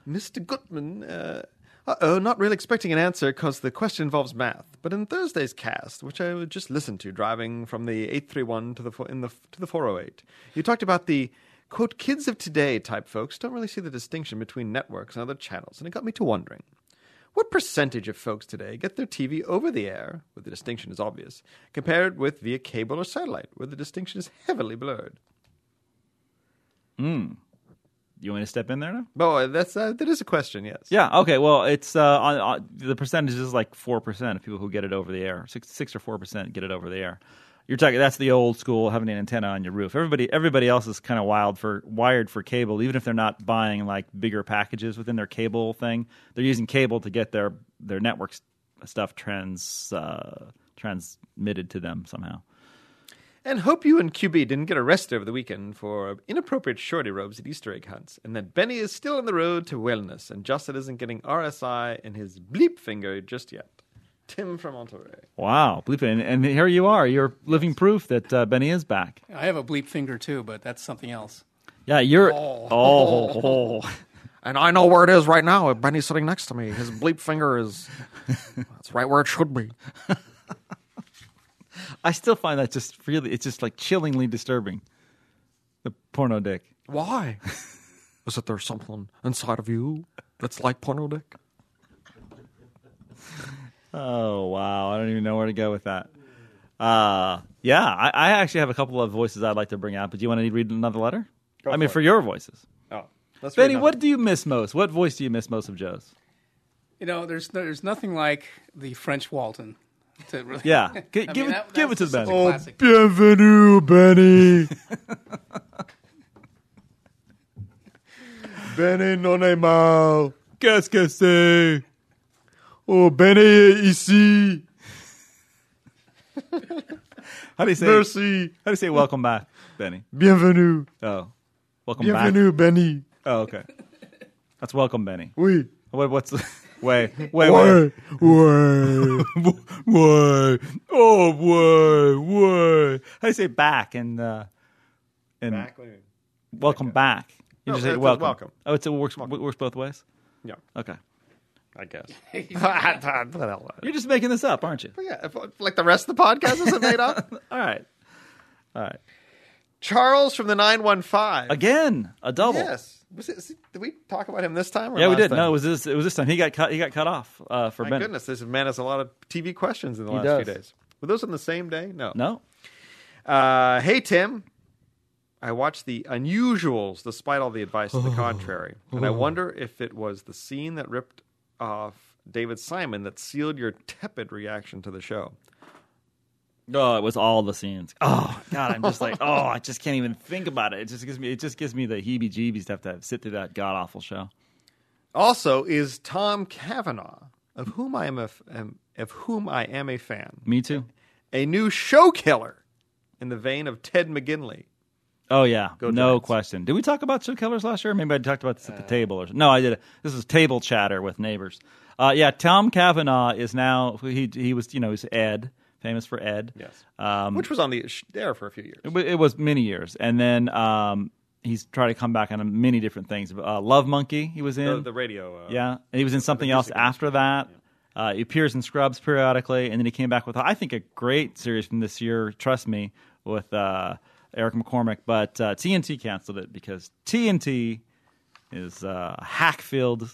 Mr. Gutman, uh oh, not really expecting an answer because the question involves math. But in Thursday's cast, which I would just listened to driving from the 831 to the, fo- in the, to the 408, you talked about the quote, kids of today type folks don't really see the distinction between networks and other channels, and it got me to wondering. What percentage of folks today get their TV over the air, where the distinction is obvious, compared with via cable or satellite, where the distinction is heavily blurred?
You want me to step in there now?
Oh, that's uh, that is a question, yes.
Yeah. Okay. Well, it's uh, on, on, the percentage is like four percent of people who get it over the air. Six, six or four percent get it over the air. You're talking that's the old school having an antenna on your roof. Everybody, everybody else is kind of wild for wired for cable, even if they're not buying like bigger packages within their cable thing. They're using cable to get their their network s- stuff trans uh, transmitted to them somehow.
And hope you and QB didn't get arrested over the weekend for inappropriate shorty robes at Easter egg hunts, and that Benny is still on the road to wellness, and Justin isn't getting RSI in his bleep finger just yet. Tim from Monterey.
Wow, bleep it. And, and here you are. You're living proof that uh, Benny is back.
I have a bleep finger too, but that's something else.
Yeah, you're. oh.
And I know where it is right now. Benny's sitting next to me. His bleep finger is. That's right where it should be.
I still find that just really, it's just like chillingly disturbing. The porno dick.
Why? Is it there something inside of you that's like porno dick?
Oh wow, I don't even know where to go with that. Uh, yeah, I, I actually have a couple of voices I'd like to bring out, but do you want to read another letter? I mean,
for
for your voices,
Oh, let's read
Benny.
another-
What do you miss most? What voice do you miss most of Joe's?
You know, there's no, there's nothing like the French Walton. To really,
Yeah,
I
G-
mean,
give it,
that-
give it
that's
to
such a
Benny.
classic.
Oh,
bienvenue, Benny.
Benny, non est mal. Qu'est-ce que c'est? Oh, Benny est ici.
How do you say?
Merci.
How do you say welcome back, Benny?
Bienvenue.
Oh, welcome back.
Bienvenue, Benny.
Oh, okay. That's welcome, Benny.
Oui.
Wait, what's wait, wait, wait.
Ouais. Ouais.
way, oh way, way. How do you say back and uh, and
Back when-
welcome back? You
No,
just say
it's a
welcome.
welcome.
Oh, it's, it works it works both ways.
Yeah,
Okay,
I guess.
you're just making this up, aren't you?
yeah, if, like the rest of the podcast isn't made up.
All right, all right.
Charles from the 915.
Again, a double.
Yes. Was it, see, did we talk about him this time? Or
Yeah, we
last
did.
Time?
No, it was this. It was this time. He got cut. He got cut off uh, for
My
Bennett.
goodness, this man has a lot of TV questions in the
He
last few
does.
days. Were those on the same day? No.
No.
Uh, hey, Tim. I watched The Unusuals despite all the advice
Oh.
to the contrary. And I wonder if it was the scene that ripped off David Simon that sealed your tepid reaction to the show.
Oh, it was all the scenes. Oh God, I'm just like, oh, I just can't even think about it. It just gives me, it just gives me the heebie-jeebies to have to sit through that god awful show.
Also, is Tom Cavanaugh, of whom I am a, f- am- of whom I am a fan,
Me too.
a new show killer in the vein of Ted McGinley?
Oh yeah,
Go Uh.
no
Giants.
question. Did we talk about show killers last year? Maybe I talked about this at the table. Or no, I did. This is table chatter with neighbors. Uh, yeah, Tom Kavanaugh is now he he was you know he's Ed, famous for Ed.
Yes.
um,
Which was on the sh- air for a few years.
it, wa- it was many years, and then um, he's tried to come back on many different things. Uh, Love Monkey, he was in
The, the radio. Uh,
um, yeah, and he was in something else after that. Uh, he appears in Scrubs periodically, and then he came back with I think a great series from this year. Trust me, with uh, Eric McCormick, but uh, TNT canceled it because TNT is uh, hack-filled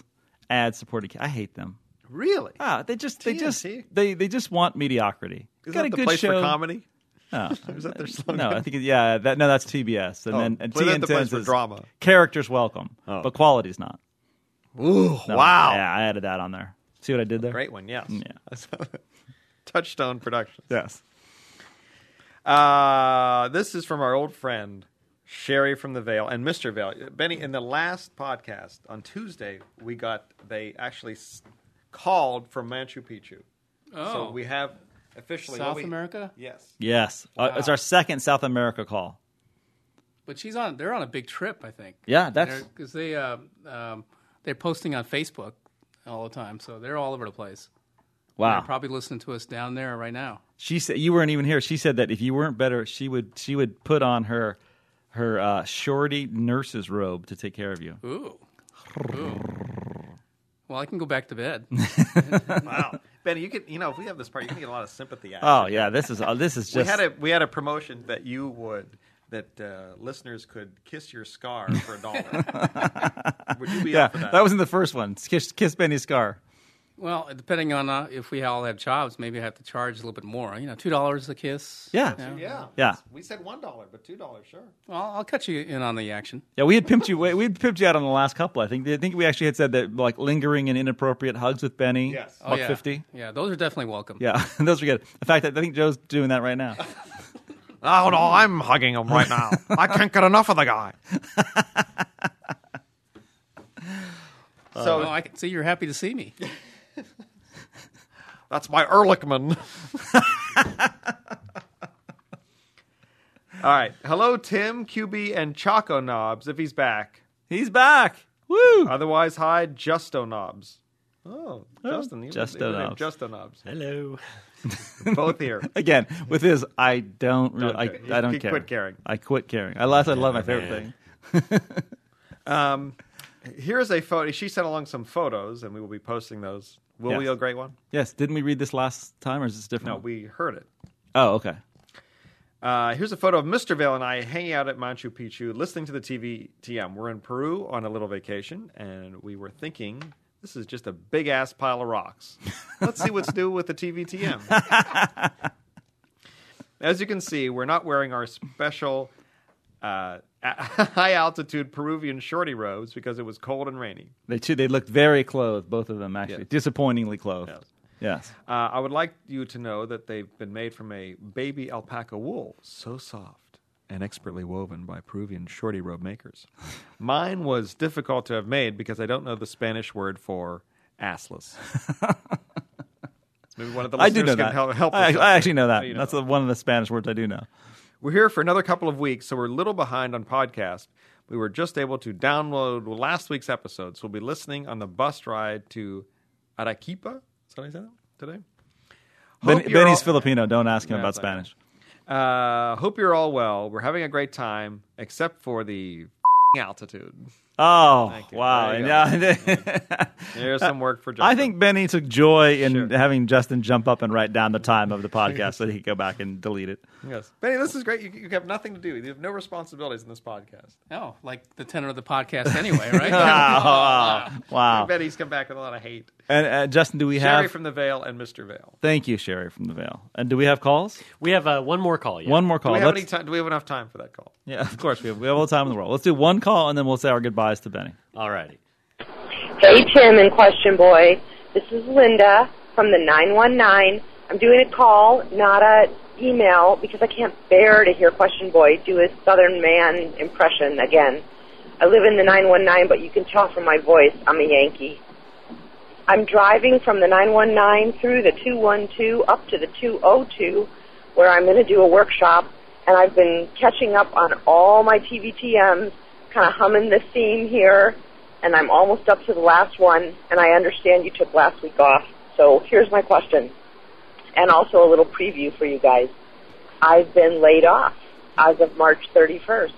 ad-supported. I hate them.
Really?
Ah, they just they just
TNT?
they they just want mediocrity. Got
Isn't that
a
the
good
place
show.
for comedy?
No.
Is that their slogan?
No, I think it- yeah, that, no, that's TBS, and
Oh,
then and
well, that's the place
TNT
for
is
drama.
Characters welcome, but quality's not.
Ooh,
No,
wow.
Yeah, I added that on there. See what I did there?
Great one, yes.
Yeah.
Touchstone Productions.
Yes.
Uh, this is from our old friend Sherry from the Vale and Mr. Vale. Benny, in the last podcast on Tuesday, we got they actually s- called from Machu Picchu. So we have officially what
Oh. South
we-
America.
Yes.
Yes, uh, it's our second South America call.
But she's on. They're on a big trip, I think.
Yeah, that's
because they uh, um, they're posting on Facebook all the time, so they're all over the place.
wow.
They're probably listening to us down there right now.
She said you weren't even here. She said that if you weren't better, she would she would put on her her uh, shorty nurse's robe to take care of you.
Ooh. Ooh. Well, I can go back to bed.
Wow.
Benny, you could you know if we have this part, you can get a lot of sympathy. Out.
Oh yeah, this is uh, this is
We
just
had a we had a promotion that you would that uh, listeners could kiss your scar for a dollar. would you be
yeah.
up for that?
That was in the first one. Kiss kiss Benny Scar.
well, depending on uh, if we all have jobs, maybe I have to charge a little bit more. You know, two dollars a kiss.
Yeah.
You know?
yeah.
Yeah.
We said one dollar, but two dollars, sure.
Well, I'll cut you in on the action.
Yeah, we had pimped you. We we had pimped you out on the last couple. I think. I think we actually had said that like lingering and inappropriate hugs with Benny.
Yes.
Oh,
buck
yeah.
fifty.
Yeah, those are definitely welcome.
Yeah, those were good. In fact, I think Joe's doing that right now.
Oh no, I'm hugging him right now. I can't get enough of the guy.
So Oh, I can see you're happy to see me.
That's my Ehrlichman.
All right. Hello, Tim, QB, and Choco Knobs, if he's back.
He's back. Woo!
Otherwise, hi, Justo Knobs. Oh, Justin.
Justo Knobs.
Justo Knobs.
Hello.
Both here.
Again, with his, I don't. Really, I,
care.
I don't
He
care.
quit caring.
I quit caring. I love. I love my favorite thing.
Here's a photo. She sent along some photos, and we will be posting those. Will
Yes. Mm.
we a great one?
Yes, didn't we read this last time, or is this different?
No,
one?
we heard it.
Oh, okay.
Uh, here's a photo of Mr. Vale and I hanging out at Machu Picchu, listening to the TV TM. We're in Peru on a little vacation, and we were thinking this is just a big ass pile of rocks. Let's see what's new with the TV TM. As you can see, we're not wearing our special uh, high altitude Peruvian shorty robes because it was cold and rainy.
They too. They looked very clothed, both of them actually,
Yes.
disappointingly clothed.
Yes.
Yes.
Uh, I would like you to know that they've been made from a baby alpaca wool, so soft and expertly woven by Peruvian shorty robe makers. Mine was difficult to have made because I don't know the Spanish word for assless. Maybe one of the
I
listeners
do know
can
that.
help, help
I,
us
I
out. Oh,
actually know that.
you know
That's
that.
the- one of the Spanish words I do know.
We're here for another couple of weeks, so we're a little behind on podcast. We were just able to download last week's episode, so we'll be listening on the bus ride to Arequipa. Is that how you say that today?
Ben,
Hope you're
Benny's
all-
Filipino. Don't ask him
Yeah,
about
it's like-
Spanish.
Uh, hope you're all well. We're having a great time, except for the altitude.
Oh
you.
wow!
There you
Yeah.
There's some work for Justin.
I think Benny took joy in
Sure.
having Justin jump up and write down the time of the podcast so that he could go back and delete it.
yes, Benny, this is great. You, you have nothing to do. You have no responsibilities in this podcast.
Oh, like the tenor of the podcast anyway, right?
Wow!
Benny's come back with a lot of hate.
And uh, Justin, do we
Sherry
Oh. have?
from the Vale and Mr. Vale.
Thank you, Sherry from the Vale. And do we have calls?
We have uh, one more call. Yeah.
One more
Do
call.
we, have
Let's-
any time, do we have enough time for that call?
Yeah, of course we have. We have all the time in the world. Let's do one call and then we'll say our goodbyes to Benny.
All righty.
Hey, Tim and Question Boy. This is Linda from the 919. I'm doing a call, not a email, because I can't bear to hear Question Boy do his Southern man impression again. I live in the 919, but you can tell from my voice I'm a Yankee. I'm driving from the 919 through the 212 up to the 202, where I'm going to do a workshop, and I've been catching up on all my TVTMs, kind of humming the theme here, and I'm almost up to the last one, and I understand you took last week off, so here's my question, and also a little preview for you guys. I've been laid off as of March 31st,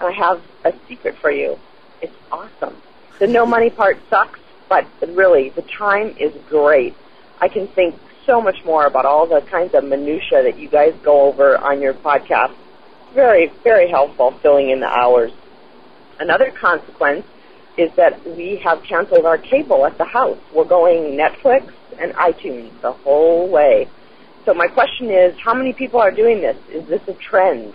and I have a secret for you. It's awesome. The no money part sucks, but really, the time is great. I can think so much more about all the kinds of minutia that you guys go over on your podcast. Very, very helpful filling in the hours. Another consequence is that we have canceled our cable at the house. We're going Netflix and iTunes the whole way. So my question is, how many people are doing this? Is this a trend?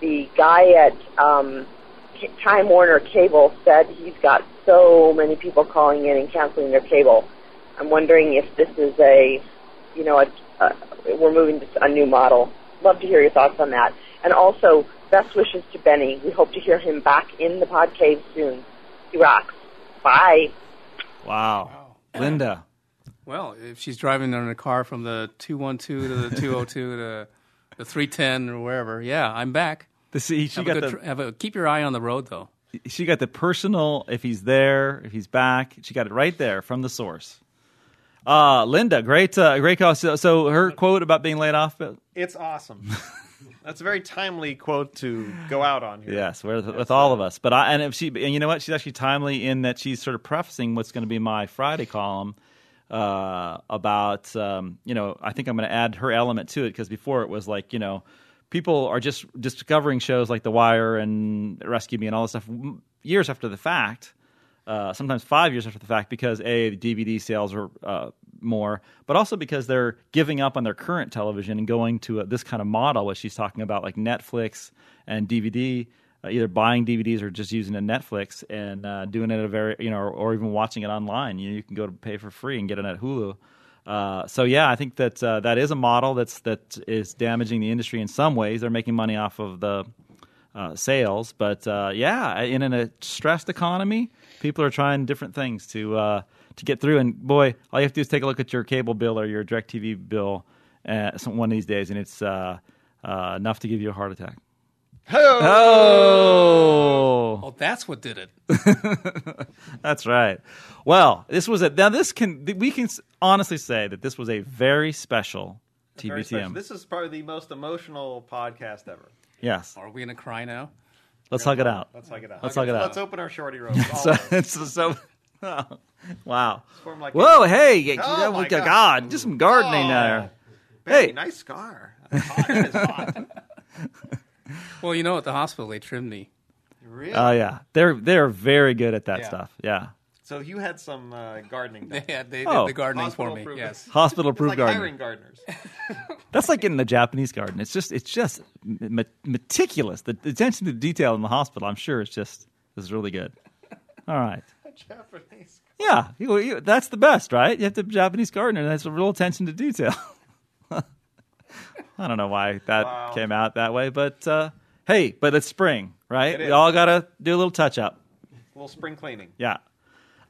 The guy at um, K- Time Warner Cable said he's got so many people calling in and canceling their cable. I'm wondering if this is a, you know, a, uh, we're moving to a new model. Love to hear your thoughts on that. And also, best wishes to Benny. We hope to hear him back in the pod cave soon. He rocks. Bye.
Wow. Linda,
Well, if she's driving in a car from the 212 to the 202 to the 310 or wherever, yeah, I'm back.
The- see, she
have
got
a good,
the-
tr- have a, keep your eye on the road, though.
She got the personal. If he's there, if he's back, she got it right there from the source. Uh, Linda, great, uh, great call. So, so her quote about being laid off. uh,
It's awesome. That's a very timely quote to go out on here.
Yes, with, with all of us. But I and if she and you know what, she's actually timely in that she's sort of prefacing what's going to be my Friday column uh, about um, you know I think I'm going to add her element to it because before it was like you know people are just discovering shows like The Wire and Rescue Me and all this stuff m- years after the fact. Uh, sometimes five years after the fact, because a the DVD sales are uh, more, but also because they're giving up on their current television and going to a, this kind of model, what she's talking about, like Netflix and DVD uh, either buying DVDs or just using a Netflix and uh, doing it at a very you know or, or even watching it online. You, you can go to pay for free and get it at Hulu. Uh, so yeah, I think that uh, that is a model that's that is damaging the industry in some ways. They're making money off of the uh, sales, but uh, yeah, in, in a stressed economy, people are trying different things to uh, to get through. And boy, all you have to do is take a look at your cable bill or your DirecTV bill uh, some, one of these days, and it's uh, uh, enough to give you a heart attack. Oh.
Oh, that's what did it.
That's right. Well, this was a now this can we can s- honestly say that this was a very special TBTM.
Very special. This is probably the most emotional podcast ever.
yes,
Are we gonna cry now?
let's hug it out.
Let's hug it out.
Let's hug it
Let's
out.
open our shorty robes. all
So,
of us.
it's so wow.
form like
Whoa,
a-
hey, yeah,
Oh,
yeah,
my
we got-
God.
God, just some gardening
Oh.
there.
Hey,
Hey.
nice scar. That's hot. That is hot.
Well, you know, at the hospital they trimmed me.
Really?
Oh yeah, they're they're very good at that
Yeah.
stuff. Yeah,
so you had some uh, gardening.
They
done.
had they
Oh.
did the gardening for
Hospital
me.
approved.
Yes.
hospital
It's
approved
like
garden.
hiring gardeners.
That's like getting a Japanese garden. It's just it's just me- meticulous. The attention to detail in the hospital, I'm sure, is just is really good. All right.
Japanese.
Yeah, you, you, that's the best, right? You have the Japanese gardener. That's a real attention to detail. I don't know why that
Wow.
came out that way, but uh, hey, but it's spring, right?
It
we
is.
all gotta do a little touch up.
little spring cleaning.
Yeah.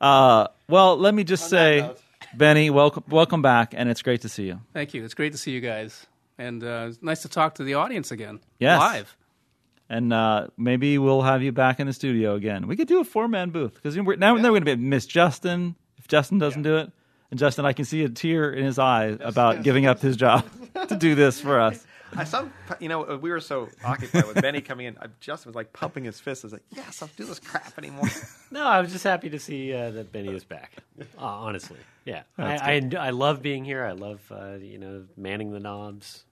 Uh, well, let me just
On that
say,
note.
Benny, welcome, welcome back, and it's great to see you.
Thank you. It's great to see you guys, and uh, it's nice to talk to the audience again.
Yes.
Live.
And uh, maybe we'll have you back in the studio again. We could do a four man booth because we're, now, now we're going to miss Justin if Justin doesn't do it. And Justin, I can see a tear in his eye about giving up his job to do this for us.
I some, you know, uh, we were so occupied with Benny coming in. I- Justin was like pumping his fist. I was like, "Yes, I'll do this crap anymore."
No, I was just happy to see uh, that Benny is back. Uh, honestly, yeah, I, I I love being here. I love uh, you know manning the knobs.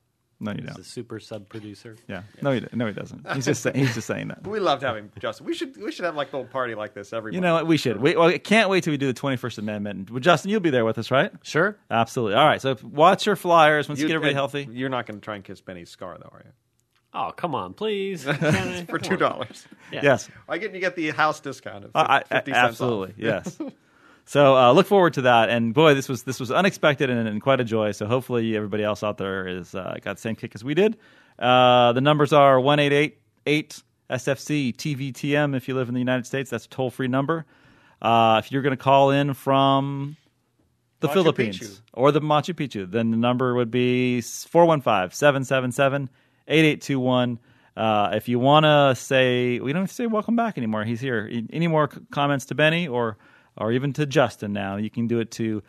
No, you
The
don't.
super sub producer.
Yeah. No, he, no, he doesn't. He's just, saying- he's just saying that.
we loved having Justin. We should we should have like a little party like this every.
You
month.
know what? We should. We, well, I can't wait till we do the 21st Amendment. Well, Justin, you'll be there with us, right?
Sure.
Absolutely. All right. So watch your flyers. Once you,
You-
get everybody
uh,
healthy.
You're not going to try and kiss Benny's scar, though, are you?
Oh, come on, please.
For two dollars,
Yes.
I get you get the house discount of
I- I-
fifty cents.
absolutely yes so uh, look forward to that and boy this was this was unexpected and, and quite a joy so hopefully everybody else out there is uh, got the same kick as we did uh, the numbers are 1888 sfc tvtm if you live in the united states that's a toll-free number uh, if you're going to call in from the
Machu
Philippines
Picchu.
or the Machu Picchu, then the number would be 415 777 8821. Uh, If you want to say, we don't have to say welcome back anymore. He's here. E- Any more c- comments to Benny or, or even to Justin now? You can do it to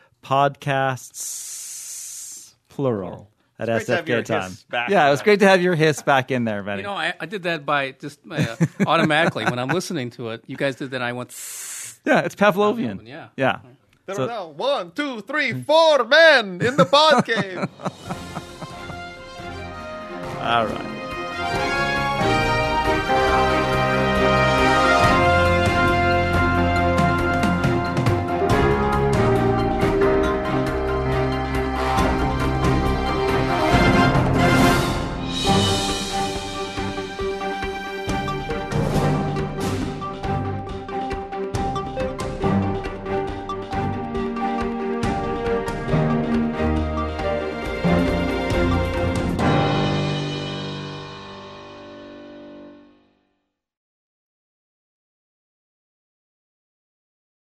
podcasts, plural, at
It's great to have your
SFK time.
hiss back.
Yeah, it was great to have your hiss back in there, Benny.
You know, I, I did that by just uh, automatically when I'm listening to it. You guys did that. I went.
yeah, it's Pavlovian.
Pavlovian, yeah.
Yeah.
There
So-
are now one, two, three, four men in the pod cave.
All right.